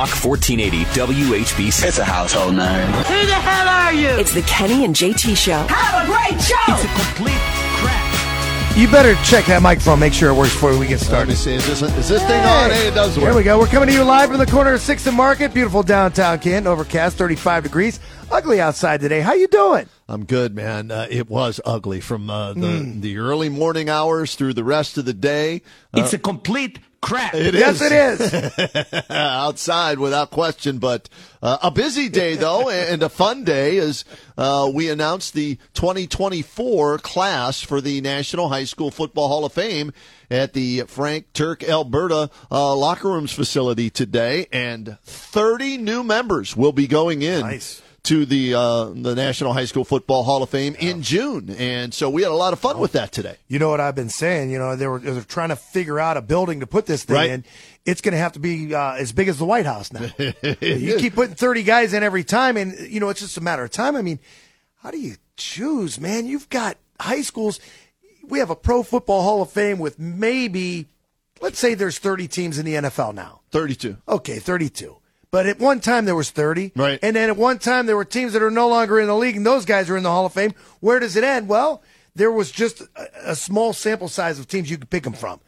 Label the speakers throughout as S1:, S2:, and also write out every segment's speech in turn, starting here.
S1: Rock 1480 WHBC. It's a household name.
S2: Who the hell are you?
S3: It's the Kenny and JT show.
S2: Have a great show.
S4: You better check that microphone, make sure it works before we get
S5: Let me
S4: started.
S5: see. Is this, is this thing on? Hey, it does
S4: Here
S5: work.
S4: we go. We're coming to you live from the corner of 6th and Market, beautiful downtown Canton, overcast, 35 degrees. Ugly outside today. How you doing?
S5: I'm good, man. Uh, it was ugly from uh, the, the early morning hours through the rest of the day. Uh,
S6: It's a complete crap.
S5: It
S4: Yes,
S5: is
S4: it is.
S5: uh, outside without question, but uh, a busy day though, and a fun day as uh, we announced the 2024 class for the National High School Football Hall of Fame at the Frank Turk Alberta uh, locker rooms facility today, and 30 new members will be going in.
S4: Nice.
S5: To the uh, the National High School Football Hall of Fame in June, and so we had a lot of fun with that today.
S4: You know what I've been saying? You know, they were, they were trying to figure out a building to put this thing
S5: Right.
S4: in. It's going to have to be uh, as big as the White House now. you keep putting 30 guys in every time, and, you know, it's just a matter of time. I mean, how do you choose, man? You've got high schools. We have a Pro Football Hall of Fame with maybe, let's say there's 30 teams in the NFL now.
S5: 32.
S4: Okay, 32. But at one time there was 30.
S5: Right.
S4: And then at one time there were teams that are no longer in the league and those guys are in the Hall of Fame. Where does it end? Well, there was just a, a small sample size of teams you could pick them from.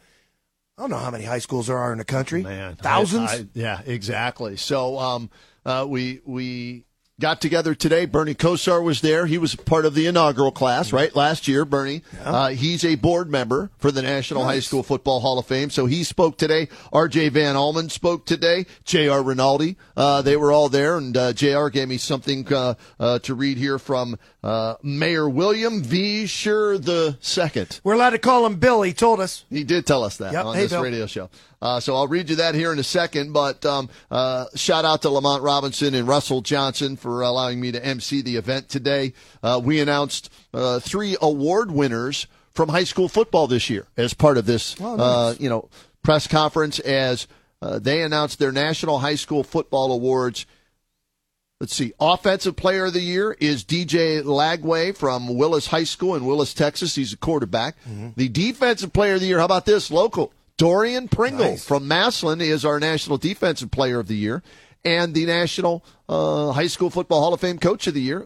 S4: I don't know how many high schools there are in the country.
S5: Man,
S4: Thousands?
S5: I- I- yeah, exactly. So um, uh, we we got together today. Bernie Kosar was there. He was part of the inaugural class, right? Last year, Bernie. Uh, he's a board member for the National High School Football Hall of Fame. So he spoke today. R.J. Van Allman spoke today. J.R. Rinaldi. Uh, they were all there, and uh, J.R. gave me something uh, uh, to read here from uh, Mayor William V. Sure the second.
S4: We're allowed to call him Bill. He told us.
S5: He did tell us that
S4: Yep.
S5: on
S4: Hey,
S5: this
S4: Bill.
S5: radio show. Uh, so I'll read you that here in a second. But um, uh, shout out to Lamont Robinson and Russell Johnson for allowing me to MC the event today. Uh, we announced uh, three award winners from high school football this year as part of this, uh, you know, press conference as uh, they announced their National High School Football Awards. Let's see. Offensive player of the year is DJ Lagway from Willis High School in Willis, Texas. He's a quarterback. The defensive player of the year, how about this? Local. Dorian Pringle from Maslin is our national defensive player of the year. And the National uh, High School Football Hall of Fame coach of the year,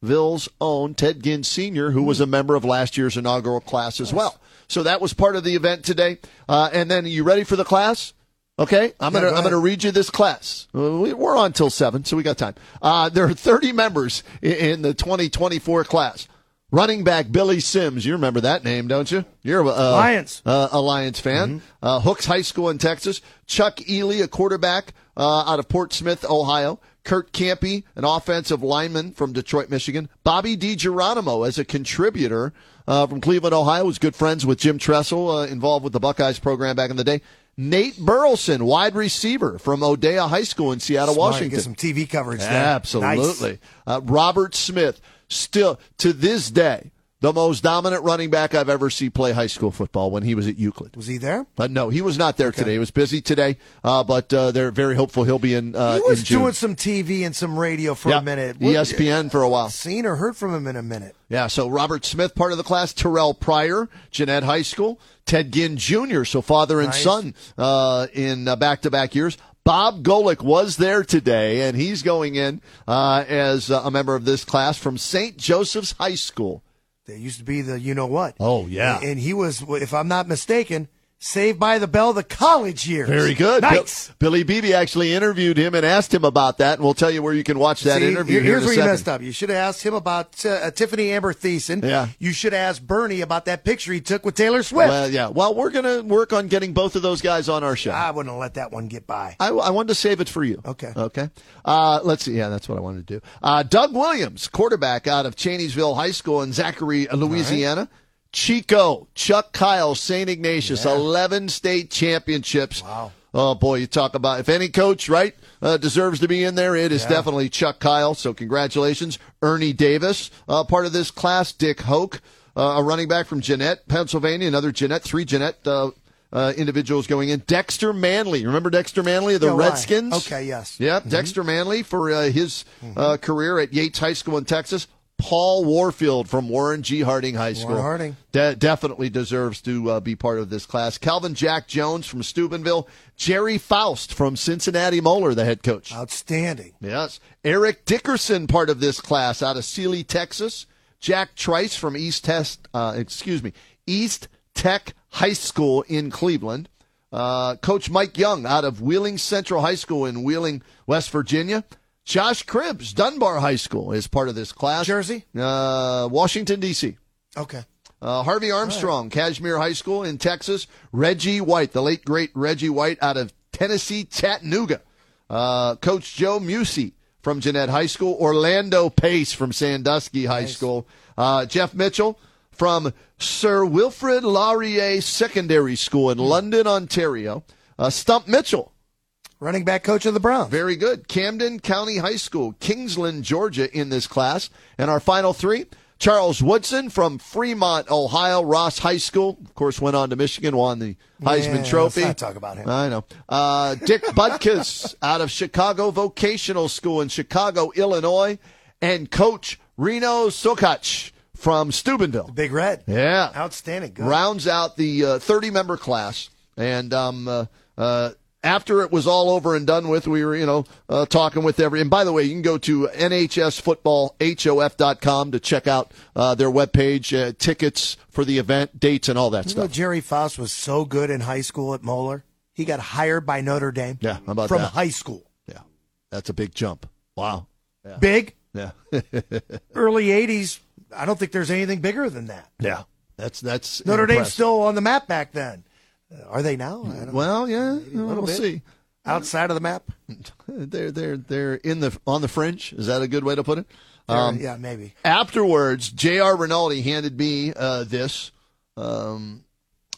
S5: Glenville's own Ted Ginn Sr., who was a member of last year's inaugural class as well. So that was part of the event today. Uh, and then, you ready for the class? Okay, I'm gonna I'm gonna read you this class. Uh, we- We're on till seven, so we got time. Uh, there are 30 members i- in the 2024 class. Running back Billy Sims, you remember that name, don't you? You're a uh,
S4: Lions.
S5: uh, Alliance
S4: Mm-hmm.
S5: fan. Uh, Hooks High School in Texas. Chuck Ely, a quarterback uh, out of Port Smith, Ohio. Kurt Campy, an offensive lineman from Detroit, Michigan. Bobby DiGeronimo as a contributor uh, from Cleveland, Ohio, was good friends with Jim Tressel, uh, involved with the Buckeyes program back in the day. Nate Burleson, wide receiver from Odea High School in Seattle,
S4: Might
S5: Washington.
S4: Get some TV coverage there.
S5: Absolutely.
S4: Nice.
S5: Uh, Robert Smith, still to this day, the most dominant running back I've ever seen play high school football when he was at Euclid.
S4: Was he there?
S5: But no, he was not there today. He was busy today, uh, but uh, they're very hopeful he'll be in. Uh,
S4: he was
S5: in June.
S4: doing some TV and some radio for
S5: Yeah. E
S4: a minute. What-
S5: ESPN for a while.
S4: Seen or heard from him in a minute.
S5: Yeah, so Robert Smith, part of the class, Terrell Pryor, Jeanette High School, Ted Ginn Jr., so father and son uh, in uh, back-to-back years. Bob Golick was there today, and he's going in uh, as uh, a member of this class from St. Joseph's High School.
S4: There used to be the you know what.
S5: Oh, yeah.
S4: And, and he was, if I'm not mistaken, saved by the bell the college years.
S5: Very good. Bill-
S4: Nice.
S5: Billy Beebe actually interviewed him and asked him about that, and we'll tell you where you can watch that
S4: See,
S5: interview.
S4: here-
S5: here
S4: here's
S5: in a
S4: where
S5: second.
S4: you messed up. You should have asked him about uh, uh, Tiffany Amber Thiessen.
S5: Yeah.
S4: You should have asked Bernie about that picture he took with Taylor Swift.
S5: Well, yeah. Well, we're gonna work on getting both of those guys on our show.
S4: I wouldn't have let that one get by.
S5: I, I wanted to save it for you.
S4: Ah. Okay.
S5: Okay. Uh, let's see. Yeah, that's what I wanted to do. Uh, Doug Williams, quarterback out of Cheneysville High School in Zachary, uh, Louisiana. Chico, Chuck Kyle, St. Ignatius, 11 state championships. Wow. Oh boy, you talk about if any coach right uh, deserves to be in there, it is definitely Chuck Kyle. So congratulations, Ernie Davis, uh, part of this class. Dick Hoke, uh, a running back from Jeanette, Pennsylvania, another Jeanette, three Jeanette. Uh, uh, individuals going in. Dexter Manley, remember Dexter Manley of the
S4: Yeah, why?
S5: Redskins?
S4: Okay, yes.
S5: Yep, Dexter Manley for uh, his uh, career at Yates High School in Texas. Paul Warfield from Warren G. Harding High School.
S4: Harding.
S5: De- definitely deserves to uh, be part of this class. Calvin Jack Jones from Steubenville. Jerry Faust from Cincinnati Moeller, the head coach.
S4: Outstanding.
S5: Yes. Eric Dickerson, part of this class out of Sealy, Texas. Jack Trice from East Test, uh, excuse me, East Tech High School in Cleveland. Uh, Coach Mike Young out of Wheeling Central High School in Wheeling, West Virginia. Josh Cribbs, Dunbar High School, is part of this class.
S4: Jersey?
S5: Uh, Washington, D.C.
S4: Okay.
S5: Uh, Harvey Armstrong, Kashmir High School in Texas. Reggie White, the late great Reggie White out of Tennessee, Chattanooga. Uh, Coach Joe Musi from Jeanette High School. Orlando Pace from Sandusky High School. Uh, Jeff Mitchell from Sir Wilfrid Laurier Secondary School in London, Ontario. Uh, Stump Mitchell
S4: Running back coach of the Browns.
S5: very good. Camden County High School, Kingsland, Georgia, in this class. And our final three Charles Woodson from Fremont, Ohio, Ross High School. Of course, went on to Michigan, won the Heisman
S4: let's
S5: Trophy.
S4: not talk about him.
S5: I know. Uh, Dick Butkus out of Chicago Vocational School in Chicago, Illinois. And coach Reno Sokach from Steubenville.
S4: Big Red.
S5: Yeah.
S4: Outstanding. Good.
S5: Rounds out the 30 member class. And um, uh, uh, after it was all over and done with, we were, you know, uh, talking with every. And by the way, you can go to NHSFootballHOF.com to check out uh, their webpage, uh, tickets for the event, dates, and all that
S4: You know,
S5: stuff.
S4: Jerry Foss was so good in high school at Moeller. He got hired by Notre Dame.
S5: Yeah, how about
S4: from
S5: that?
S4: high school.
S5: Yeah. That's a big jump. Wow.
S4: Big
S5: Yeah.
S4: early '80s. I don't think there's anything bigger than that.
S5: yeah. That's, that's.
S4: Notre Dame's
S5: impressive. Mm-hmm.
S4: still on the map back then. Uh, Are they now? I don't
S5: Well, yeah. We'll
S4: bit.
S5: see.
S4: Outside of the map?
S5: They're, they're, they're in the, on the fringe. Is that a good way to put it?
S4: yeah, maybe.
S5: afterwards, J.R. Rinaldi handed me uh, this um,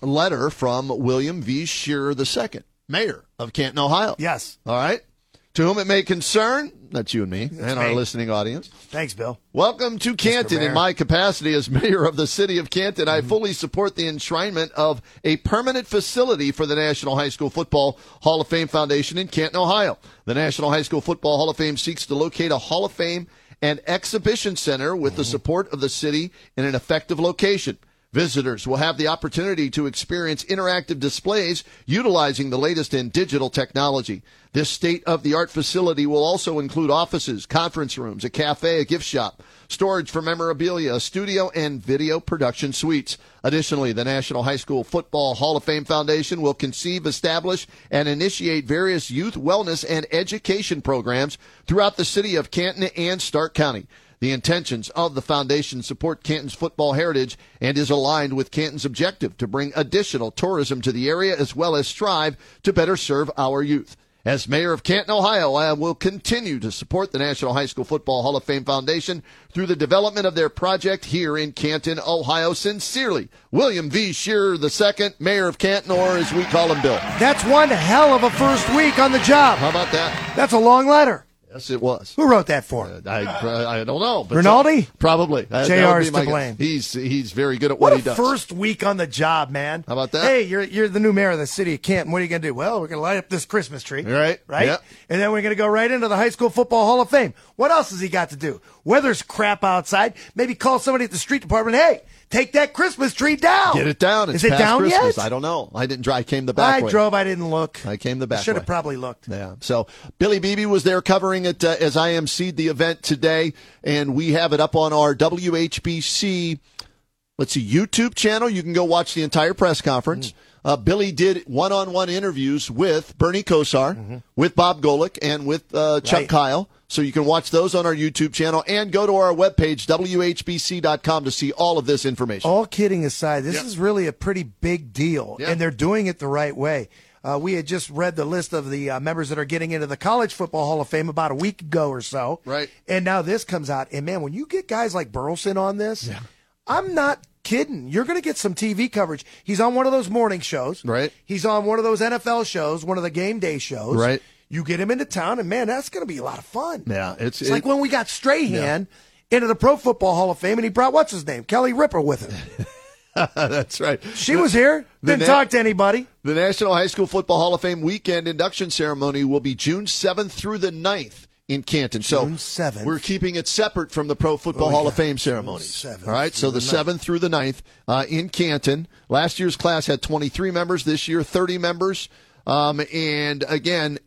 S5: letter from William V. Shearer II, mayor of Canton, Ohio.
S4: Yes.
S5: All right. To whom it may concern, that's you and me and our
S4: me.
S5: listening audience.
S4: Thanks, Bill.
S5: Welcome to Canton. In
S4: Mayor.
S5: my capacity as mayor of the city of Canton, I fully support the enshrinement of a permanent facility for the National High School Football Hall of Fame Foundation in Canton, Ohio. The National High School Football Hall of Fame seeks to locate a Hall of Fame and exhibition center with the support of the city in an effective location. Visitors will have the opportunity to experience interactive displays utilizing the latest in digital technology. This state of the art facility will also include offices, conference rooms, a cafe, a gift shop, storage for memorabilia, a studio, and video production suites. Additionally, the National High School Football Hall of Fame Foundation will conceive, establish, and initiate various youth wellness and education programs throughout the city of Canton and Stark County. The intentions of the foundation support Canton's football heritage and is aligned with Canton's objective to bring additional tourism to the area as well as strive to better serve our youth. As mayor of Canton, Ohio, I will continue to support the National High School Football Hall of Fame Foundation through the development of their project here in Canton, Ohio. Sincerely, William V. Shearer II, mayor of Canton, or as we call him, Bill.
S4: That's one hell of a first week on the job.
S5: How about that?
S4: That's a long letter.
S5: Yes, it was.
S4: Who wrote that for him?
S5: I, I don't know. but-
S4: Rinaldi?
S5: Probably. Uh, That- that
S4: JR
S5: would
S4: is
S5: be my
S4: to
S5: guess.
S4: blame.
S5: He's he's very good at what,
S4: What
S5: he
S4: a
S5: does.
S4: first week on the job, man.
S5: How about that?
S4: Hey, you're you're the new mayor of the city of Canton. What are you gonna do? Well, we're gonna light up this Christmas tree.
S5: Right.
S4: Right?
S5: Yep.
S4: And then we're gonna go right into the high school football hall of fame. What else has he got to do? Weather's crap outside. Maybe call somebody at the street department, hey, take that Christmas tree down.
S5: Get it down. It's
S4: Is it
S5: past
S4: down
S5: Christmas.
S4: yet?
S5: I don't know. I didn't drive. I came the back
S4: I
S5: way.
S4: drove, I didn't look.
S5: I came the back
S4: Should
S5: way.
S4: have probably looked.
S5: Yeah. So Billy Beebe was there covering it uh, as I emceed the event today, and we have it up on our WHBC. Let's see, YouTube channel. You can go watch the entire press conference. Uh, Billy did one-on-one interviews with Bernie Kosar, with Bob Golick, and with uh, Chuck
S4: Right.
S5: Kyle. So you can watch those on our YouTube channel and go to our webpage, whbc.com, to see all of this information.
S4: All kidding aside, this is really a pretty big deal,
S5: Yeah.
S4: and they're doing it the right way. Uh, we had just read the list of the uh, members that are getting into the College Football Hall of Fame about a week ago or so.
S5: Right.
S4: And now this comes out. And man, when you get guys like Burleson on this, I'm not kidding. You're going to get some TV coverage. He's on one of those morning shows.
S5: Right.
S4: He's on one of those NFL shows, one of the game day shows.
S5: Right.
S4: You get him into town, and man, that's going to be a lot of fun.
S5: Yeah, it's-
S4: like
S5: it-
S4: when we got Strahan into the Pro Football Hall of Fame, and he brought what's his name, Kelly Ripper, with him.
S5: That's right.
S4: She was here,
S5: the
S4: didn't
S5: na-
S4: talk to anybody.
S5: The National High School Football Hall of Fame weekend induction ceremony will be June 7th through the 9th in Canton.
S4: June
S5: so
S4: 7th.
S5: we're keeping it separate from the Pro Football Hall of Fame ceremonies.
S4: 7th
S5: All right, so the 7th Oh, through the 9th uh, in Canton. Last year's class had 23 members, this year 30 members. Um, and again,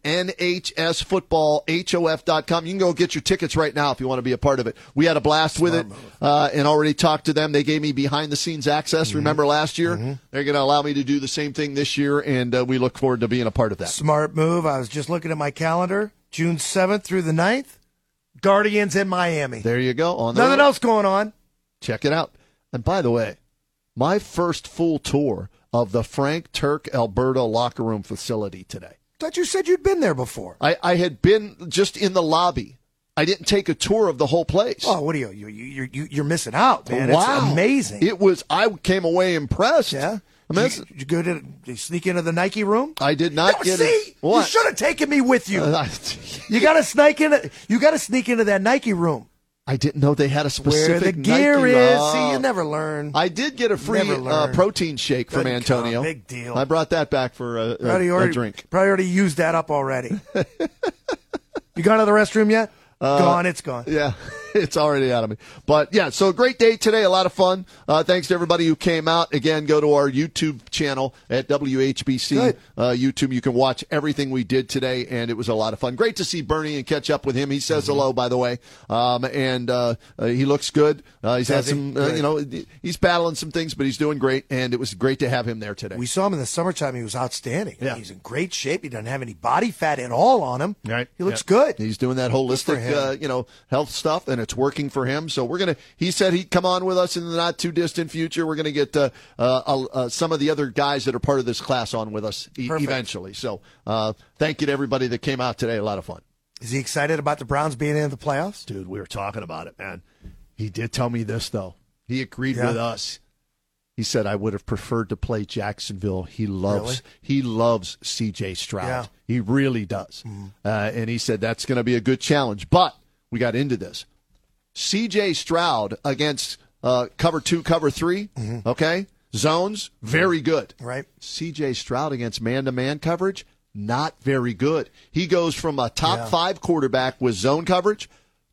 S5: NHSFootballHOF.com. You can go get your tickets right now if you want to be a part of it. We had a blast with it uh, and already talked to them. They gave me behind the scenes access, remember last year? They're going to allow me to do the same thing this year, and uh, we look forward to being a part of that.
S4: Smart move. I was just looking at my calendar. June 7th through the 9th, Guardians in Miami.
S5: There you go. On the
S4: Nothing
S5: road.
S4: else going on.
S5: Check it out. And by the way, my first full tour of the Frank Turk Alberta locker room facility today.
S4: Thought you said you'd been there before.
S5: I, I had been just in the lobby. I didn't take a tour of the whole place.
S4: Oh, what are you? You you you you're missing out, man. It's amazing.
S5: It was. I came away impressed.
S4: yeah.
S5: I, mean,
S4: Did
S5: it's-
S4: you, did you go to did you sneak into the Nike room?
S5: I did not
S4: No,
S5: get
S4: see,
S5: it. What? Uh,
S4: you should have taken me with you.
S5: I
S4: you got to sneak in. You got to sneak into that Nike room
S5: didn't know they had a specific
S4: where the gear
S5: Nike-
S4: is.
S5: Oh.
S4: See, you never learn.
S5: I did get a free
S4: Never
S5: uh,
S4: learn.
S5: protein shake from
S4: Good
S5: Antonio.
S4: God, big deal.
S5: I brought that back for a, a,
S4: probably
S5: a
S4: already,
S5: drink.
S4: Probably already used that up already. you gone to the restroom yet?
S5: Uh,
S4: gone. It's gone.
S5: Yeah, it's already out of me. But yeah, so a great day today, a lot of fun. Uh, thanks to everybody who came out. Again, go to our YouTube channel at WHBC
S4: Good.
S5: uh, YouTube. You can watch everything we did today, and it was a lot of fun. Great to see Bernie and catch up with him. He says
S4: Mm-hmm.
S5: hello, by the way, um, and uh, uh, he looks good. Uh, he's had
S4: Does he?
S5: some, uh,
S4: Good.
S5: you know, he's battling some things, but he's doing great, and it was great to have him there today.
S4: We saw him in the summertime. He was outstanding.
S5: Yeah.
S4: He's in great shape. He doesn't have any body fat at all on him.
S5: Right.
S4: He looks
S5: Yeah.
S4: good.
S5: He's doing that
S4: for
S5: holistic,
S4: him.
S5: uh, you know, health stuff, and it's working for him. So we're gonna. He said he'd come on with us in the not too distant future. We're gonna get uh, uh, uh, uh, some of the other guys that are part of this class on with us e-
S4: Perfect.
S5: eventually. So uh, thank you to everybody that came out today. A lot of fun,
S4: Is he excited about the Browns being in the playoffs?
S5: dude. We were talking about it, man. He did tell me this though. He agreed
S4: Yeah.
S5: with us. He said I would have preferred to play Jacksonville. He loves he loves C.J. Stroud.
S4: Yeah. Mm-hmm.
S5: He really does. Uh, and he said that's going to be a good challenge. But we got into this. C.J. Stroud against uh, cover two, cover 3
S4: Mm-hmm.
S5: Okay, zones very good.
S4: Right.
S5: C.J. Stroud against man-to-man coverage not very good. He goes from a top five quarterback with zone coverage.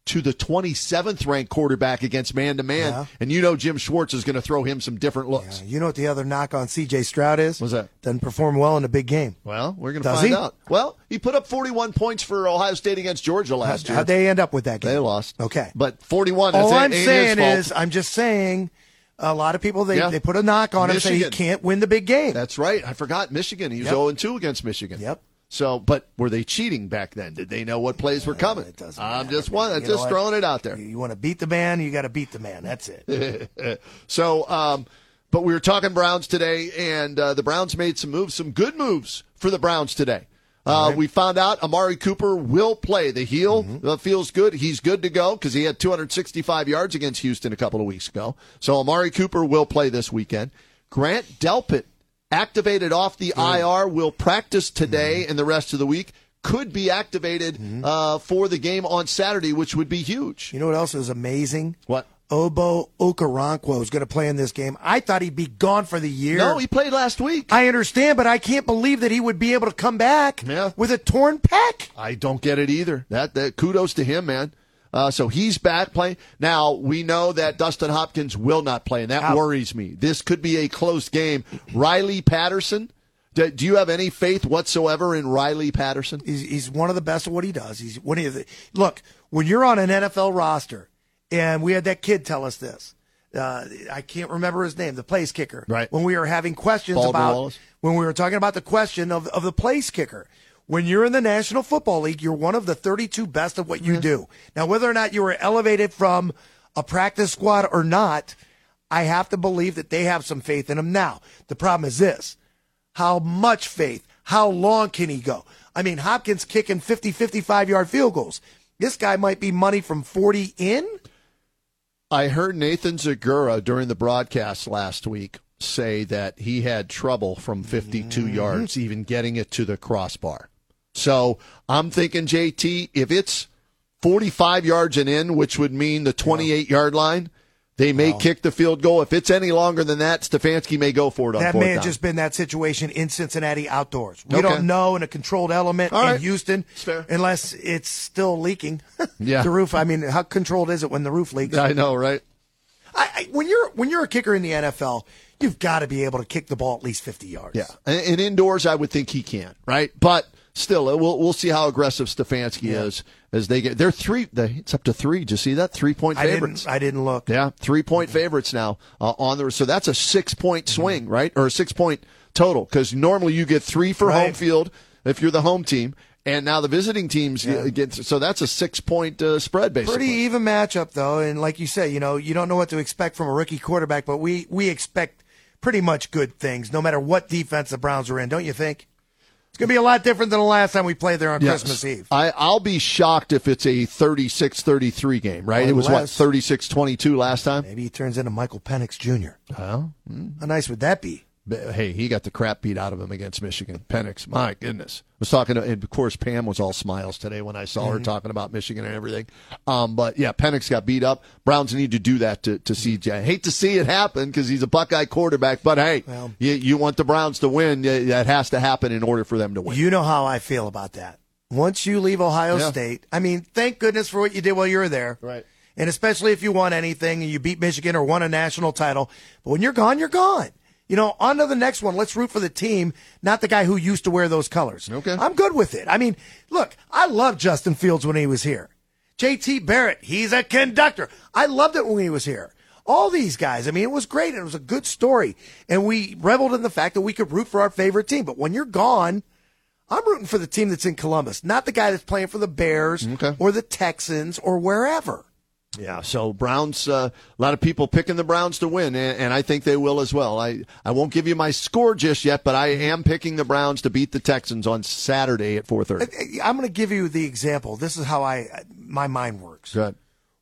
S5: To the 27th ranked quarterback against man to man. And you know Jim Schwartz is going to throw him some different looks.
S4: Uh, You know what the other knock on C.J. Stroud is?
S5: What's that?
S4: Doesn't perform well in a big game.
S5: Well, we're going to
S4: Does
S5: find
S4: he?
S5: out. Well, he put up 41 points for Ohio State against Georgia last year.
S4: How'd they end up with that game?
S5: They lost.
S4: Okay.
S5: But 41.
S4: all
S5: that's
S4: I'm
S5: ain't his
S4: saying
S5: fault.
S4: is, I'm just saying, a lot of people, they,
S5: Yeah.
S4: they put a knock on him
S5: Michigan.
S4: saying he can't win the big game.
S5: That's right. I forgot Michigan. He was
S4: Yep.
S5: 0 2 against Michigan.
S4: Yep.
S5: So, but were they cheating back then? Did they know what plays were coming?
S4: Uh, It doesn't
S5: I'm
S4: matter,
S5: just
S4: man.
S5: one.
S4: You
S5: I'm
S4: know
S5: just
S4: what?
S5: throwing it out there.
S4: You, want to beat the man, you got to beat the man. That's it.
S5: So, um, but we were talking Browns today, and uh, the Browns made some moves, some good moves for the Browns today. Uh, We found out Amari Cooper will play. The heel uh, feels good. He's good to go because he had 265 yards against Houston a couple of weeks ago. So Amari Cooper will play this weekend. Grant Delpit activated off the IR will practice today and the rest of the week. Could be activated uh, for the game on Saturday, which would be huge.
S4: You know what else is amazing?
S5: What?
S4: Obo Okoronkwo is going to play in this game. I thought he'd be gone for the year.
S5: No, he played last week.
S4: I understand, but I can't believe that he would be able to come back
S5: Yeah.
S4: with a torn pec.
S5: I don't get it either. That, that kudos to him, man. Uh, so he's back playing. Now we know that Dustin Hopkins will not play, and that worries me. This could be a close game. Riley Patterson, do, do you have any faith whatsoever in Riley Patterson?
S4: He's, he's one of the best at what he does. He's when he, look when you're on an NFL roster, and we had that kid tell us this. Uh, I can't remember his name, the place kicker.
S5: Right.
S4: When we were having questions
S5: Baldwin
S4: about
S5: Wallace?
S4: when we were talking about the question of of the place kicker. When you're in the National Football League, you're one of the 32 best at what you do. Now, whether or not you were elevated from a practice squad or not, I have to believe that they have some faith in him. Now, the problem is this how much faith? How long can he go? I mean, Hopkins kicking 50, 55 yard field goals. This guy might be money from 40 in.
S5: I heard Nathan Zagura during the broadcast last week say that he had trouble from 52
S4: Mm-hmm.
S5: yards even getting it to the crossbar. So I'm thinking, JT, if it's 45 yards and in, which would mean the 28 yard line, they may kick the field goal. If it's any longer than that, Stefanski may go for it on
S4: That
S5: fourth
S4: may have
S5: down.
S4: just been that situation in Cincinnati outdoors. We
S5: Okay.
S4: don't know in a controlled element
S5: All
S4: in
S5: right.
S4: Houston,
S5: It's fair.
S4: unless it's still leaking.
S5: Yeah.
S4: the roof. I mean, how controlled is it when the roof leaks?
S5: I know, right?
S4: I, I, when you're when you're a kicker in the NFL, you've got to be able to kick the ball at least fifty yards.
S5: Yeah, and, and indoors, I would think he can, right? But still, uh, we'll we'll see how aggressive Stefanski is as they get. They're three. They, it's up to three. Did you see that three point
S4: I
S5: favorites?
S4: didn't. I didn't look.
S5: yeah, three point favorites now uh, on the. So that's a six point
S4: Mm-hmm.
S5: swing, right, or a six point total? Because normally you get three for
S4: Right.
S5: home field if you're the home team, and now the visiting teams get- get. So that's a six point uh, spread, basically.
S4: Pretty even matchup though, and like you say, you know, you don't know what to expect from a rookie quarterback, but we we expect pretty much good things, no matter what defense the Browns are in, don't you think? It's gonna be a lot different than the last time we played there on
S5: Yes.
S4: Christmas Eve.
S5: I, I'll be shocked if it's a 36 33 game, right? it was what,
S4: Unless-
S5: 36 22 last time?
S4: Maybe he turns into Michael Penix Jr. How nice would that be?
S5: But, hey, he got the crap beat out of him against Michigan. Penix, my goodness. I was talking to, and of course, Pam was all smiles today when I saw
S4: Mm-hmm.
S5: her talking about Michigan and everything. Um, but yeah, Penix got beat up. Browns need to do that to, to CJ. I hate to see it happen because he's a Buckeye quarterback, but hey,
S4: Well-
S5: you, you want the Browns to win. y- That has to happen in order for them to win.
S4: You know how I feel about that. Once you leave Ohio
S5: Yeah.
S4: State, I mean, thank goodness for what you did while you were there.
S5: Right.
S4: And especially if you won anything and you beat Michigan or won a national title. But when you're gone, you're gone. You know, on to the next one. Let's root for the team, not the guy who used to wear those colors.
S5: Okay.
S4: I'm good with it. I mean, look, I loved Justin Fields when he was here. JT Barrett, he's a conductor. I loved it when he was here. All these guys, I mean, it was great. It was a good story. And we reveled in the fact that we could root for our favorite team. But when you're gone, I'm rooting for the team that's in Columbus, not the guy that's playing for the Bears
S5: Okay.
S4: or the Texans or wherever.
S5: Yeah, so Browns, uh, a lot of people picking the Browns to win, and, and I think they will as well. I, I won't give you my score just yet, but I am picking the Browns to beat the Texans on Saturday at 4.30.
S4: I'm going to give you the example. This is how I my mind works.
S5: Good.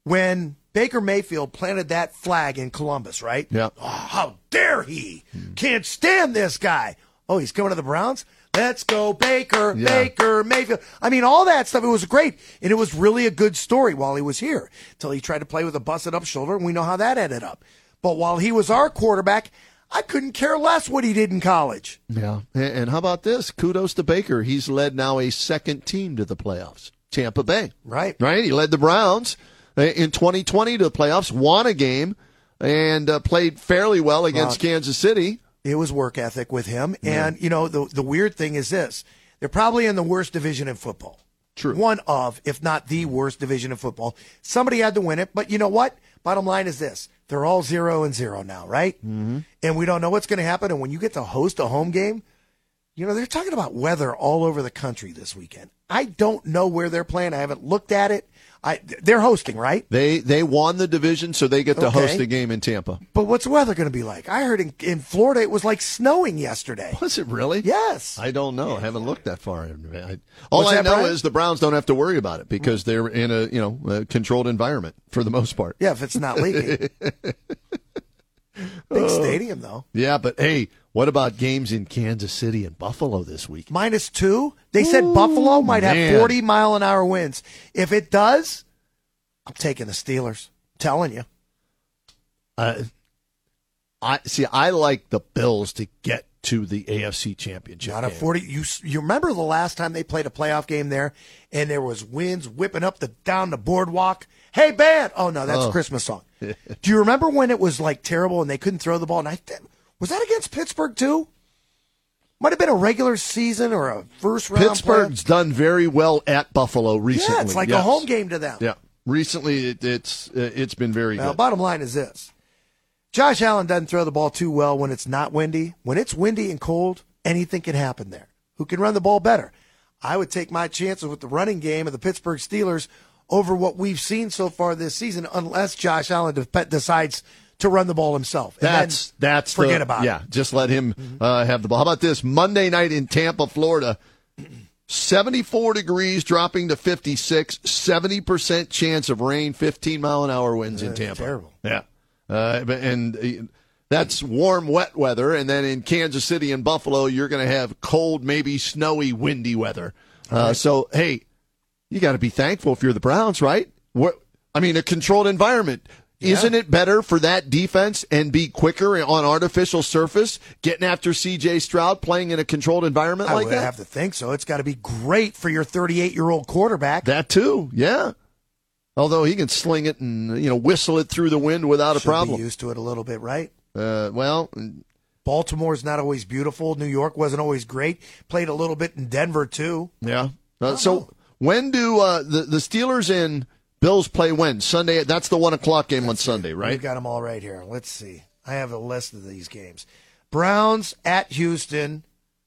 S4: When Baker Mayfield planted that flag in Columbus, right?
S5: Yeah.
S4: Oh, how dare he? Can't stand this guy. Oh, he's coming to the Browns? Let's go, Baker,
S5: Yeah.
S4: Baker, Mayfield. I mean, all that stuff. It was great. And it was really a good story while he was here until he tried to play with a busted up shoulder, and we know how that ended up. But while he was our quarterback, I couldn't care less what he did in college.
S5: Yeah. And, and how about this? Kudos to Baker. He's led now a second team to the playoffs. Tampa Bay.
S4: Right.
S5: Right. He led the Browns uh, in 2020 to the playoffs, won a game, and uh, played fairly well against Kansas City.
S4: It was work ethic with him. And, you know, the, the weird thing is this they're probably in the worst division in football.
S5: True.
S4: One of, if not the worst division in football. Somebody had to win it. But you know what? Bottom line is this they're all zero and zero now, right? Mm-hmm. And we don't know what's going to happen. And when you get to host a home game, you know, they're talking about weather all over the country this weekend. I don't know where they're playing. I haven't looked at it. I, they're hosting, right?
S5: They they won the division, so they get to
S4: Okay.
S5: host a game in Tampa.
S4: But what's the weather going to be like? I heard in, in Florida it was like snowing yesterday.
S5: Was it really?
S4: Yes.
S5: I don't know. I haven't looked that far. I- I- all
S4: What's
S5: I
S4: that,
S5: know
S4: Brian?
S5: is the Browns don't have to worry about it because they're in a you know a controlled environment for the most part.
S4: Yeah, if it's not leaking. Big stadium though.
S5: Yeah, but hey, what about games in Kansas City and Buffalo this week?
S4: Minus two. They said Buffalo might
S5: man.
S4: have forty mile an hour winds. If it does, I'm taking the Steelers. telling you.
S5: Uh, I see. I like the Bills to get to the AFC Championship.
S4: Not a
S5: game.
S4: forty. You s- you remember the last time they played a playoff game there, and there was winds whipping up the down the boardwalk. Hey, band. Oh no, that's a Christmas song. Do you remember when it was like terrible and they couldn't throw the ball? And I th- was that against Pittsburgh too. Might have been a regular season or a first round. playoff.
S5: Pittsburgh's done very well at Buffalo recently.
S4: Yeah, it's like a
S5: yes.
S4: home game to them.
S5: Yeah, recently it, it's uh, it's been very
S4: Now,
S5: good.
S4: bottom line is this Josh Allen doesn't throw the ball too well when it's not windy. When it's windy and cold, anything can happen there. Who can run the ball better? I would take my chances with the running game of the Pittsburgh Steelers over what we've seen so far this season, unless Josh Allen de- decides to run the ball himself. And then
S5: That's that's the-
S4: forget about Mm-hmm.
S5: yeah. Just let him uh, have the ball. How about this Monday night in Tampa, Florida? 74 degrees, dropping to 56, 70% chance of rain, 15 mile an hour winds in Tampa.
S4: terrible.
S5: Yeah. Uh, but- and uh, that's warm, wet weather. And then in Kansas City and Buffalo, you're going to have cold, maybe snowy, windy weather. Uh, so, hey, you got to be thankful if you're the Browns, right? What I mean, a controlled environment. Isn't it better for that defense and be quicker on artificial surface, getting after C.J. Stroud, playing in a controlled environment
S4: I
S5: like
S4: would
S5: that?
S4: have to think so. It's got to be great for your 38 year old quarterback.
S5: That too, yeah. Although he can sling it and you know whistle it through the wind without a
S4: Should be
S5: problem.
S4: used to it a little bit, right?
S5: Uh, well,
S4: Baltimore's not always beautiful. New York wasn't always great. Played a little bit in Denver too.
S5: yeah. Uh, so when do uh, the the Steelers and Bills play? When Sunday? That's the one o'clock game on Sunday, right?
S4: We've got them all right here. Let's see. I have a list of these games. Browns at Houston.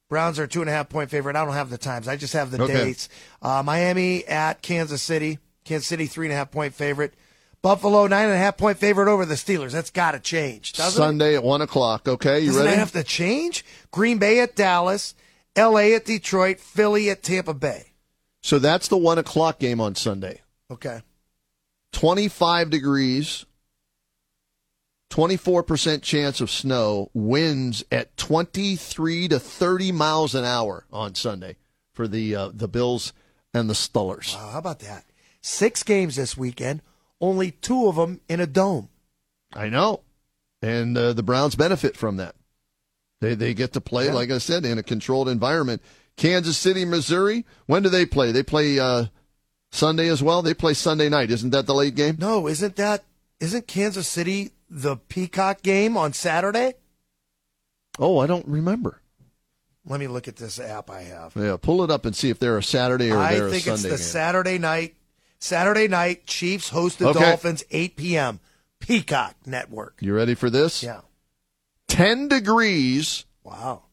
S4: Browns are two and a half point favorite. I don't have the times. I just have the
S5: Okay.
S4: dates. Uh, Miami at Kansas City. Kansas City three and a half point favorite. Buffalo nine and a half point favorite over the Steelers. That's got to change. Doesn't it?
S5: Sunday at one o'clock. Okay, you
S4: Doesn't
S5: ready?
S4: that have to change? Green Bay at Dallas, L.A. at Detroit, Philly at Tampa Bay.
S5: so that's the one o'clock game on Sunday.
S4: Okay.
S5: Twenty five degrees. 24% chance of snow, winds at 23 to 30 miles an hour on Sunday for the uh, the Bills and the Stullers.
S4: Wow, how about that? Six games this weekend, only two of them in a dome.
S5: I know, and uh, the Browns benefit from that. They they get to play, like I said, in a controlled environment. Kansas City, Missouri. When do they play? They play uh, Sunday as well. They play Sunday night. Isn't that the late game?
S4: No, isn't that isn't Kansas City the Peacock game on Saturday?
S5: Oh, I don't remember.
S4: Let me look at this app I have.
S5: Yeah, pull it up and see if they're a Saturday or
S4: I
S5: they're
S4: think
S5: a
S4: it's the
S5: Sunday game.
S4: Saturday night. Saturday night, Chiefs host the
S5: Okay.
S4: Dolphins, 8 p.m. Peacock Network.
S5: you ready for this?
S4: Yeah.
S5: Ten degrees.
S4: Wow.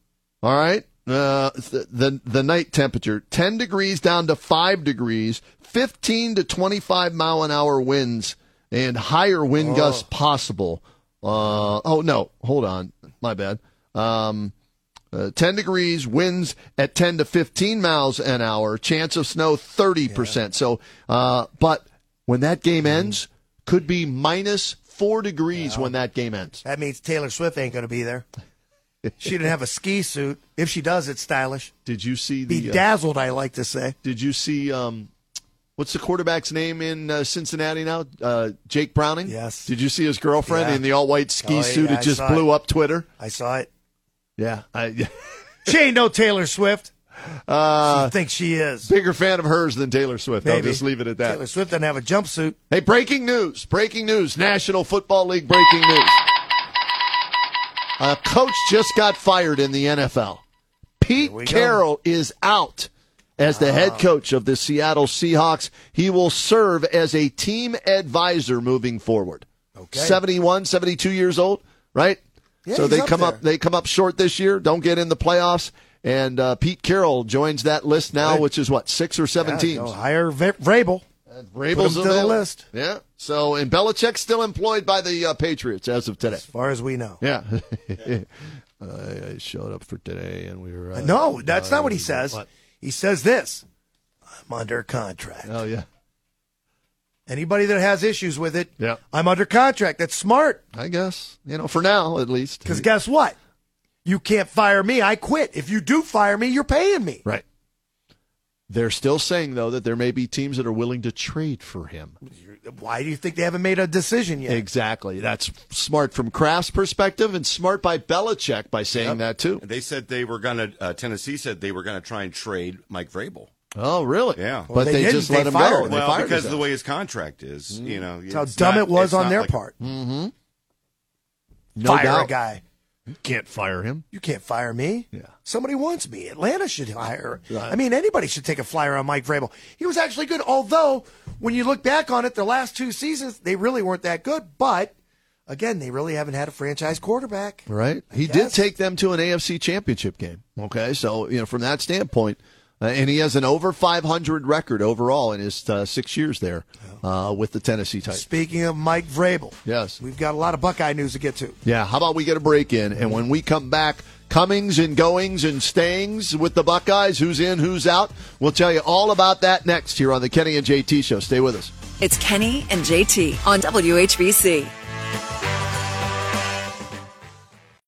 S5: All right. Uh, th- the the night temperature ten degrees down to five degrees, fifteen to twenty five mile an hour winds and higher wind gusts possible. Uh, oh no, hold on, my bad. Um, uh, ten degrees, winds at ten to fifteen miles an hour, chance of snow thirty percent. So, uh, but when that game ends, could be minus four degrees when that game ends.
S4: That means Taylor Swift ain't going to be there. She didn't have a ski suit. If she does, it's stylish.
S5: Did you see the uh,
S4: Bedazzled, I like to say.
S5: Did you see um, what's the quarterback's name in uh, Cincinnati now? Uh, Jake Browning.
S4: Yes.
S5: Did you see his girlfriend
S4: Yeah.
S5: in the all-white ski
S4: Oh,
S5: suit?
S4: yeah,
S5: it
S4: I
S5: just
S4: saw
S5: blew up Twitter.
S4: I saw it.
S5: Yeah. I,
S4: She ain't no Taylor Swift. Uh, she thinks she is.
S5: bigger fan of hers than Taylor Swift. I'll
S4: Maybe.
S5: just leave it at that.
S4: Taylor Swift doesn't have a jumpsuit.
S5: Hey, breaking news! Breaking news! National Football League breaking news. A coach just got fired in the NFL. Pete
S4: we go. Ah.
S5: Carroll is out as the head coach of the Seattle Seahawks. He will serve as a team advisor moving forward.
S4: Okay.
S5: 71, 72 years old, right?
S4: Yeah,
S5: so
S4: he's
S5: they
S4: up
S5: come up
S4: there.
S5: they come up short this year, don't get in the playoffs, and uh, Pete Carroll joins that list now, which is what, 6 or 7
S4: Yeah,
S5: teams.
S4: go hire v- Vrabel.
S5: Rabel's
S4: Put him to the
S5: available.
S4: list.
S5: Yeah. So, and Belichick's still employed by the uh, Patriots as of today.
S4: As far as we know.
S5: Yeah. I, I showed up for today, and we were. Uh,
S4: No, that's not what he
S5: uh,
S4: says.
S5: what?
S4: He says this I'm under contract.
S5: Oh yeah.
S4: Anybody that has issues with it,
S5: Yeah.
S4: I'm under contract. That's smart.
S5: I guess you know for now at least.
S4: Because guess what? You can't fire me. I quit. If you do fire me, you're paying me.
S5: right. They're still saying though that there may be teams that are willing to trade for him.
S4: Why do you think they haven't made a decision yet?
S5: Exactly. That's smart from Kraft's perspective, and smart by Belichick by saying that too.
S7: They said they were going to, uh, Tennessee said they were going to try and trade Mike Vrabel.
S5: Oh, really?
S7: Yeah.
S5: But
S7: Well,
S5: they,
S4: they didn't.
S5: just
S4: They
S5: let him
S4: fired
S5: go.
S4: him.
S5: They
S7: Well,
S5: fired
S7: because of
S5: him.
S7: the way his contract is, you know.
S4: That's how
S7: it's
S4: dumb
S7: not-
S4: it was
S7: it's
S4: on
S7: not
S4: their
S7: like-
S4: part.
S5: no
S4: fire a
S5: Mm, doubt.
S4: guy.
S5: Can't fire him.
S4: You can't fire me.
S5: Yeah.
S4: Somebody wants me. Atlanta should hire. I mean, anybody should take a flyer on Mike Vrabel. He was actually good, although when you look back on it, the last two seasons they really weren't that good. But again, they really haven't had a franchise quarterback.
S5: Right. He did
S4: guess.
S5: take them to an AFC championship game. Okay. So, you know, from that standpoint, Uh, and he has an over 500 record overall in his uh, six years there uh, with the Tennessee Titans.
S4: Speaking of Mike Vrabel,
S5: Yes.
S4: we've got a lot of Buckeye news to get to.
S5: Yeah, how about we get a break in? And when we come back, comings and goings and stayings with the Buckeyes, who's in, who's out. We'll tell you all about that next here on the Kenny and JT Show. Stay with us.
S3: It's Kenny and JT on WHBC.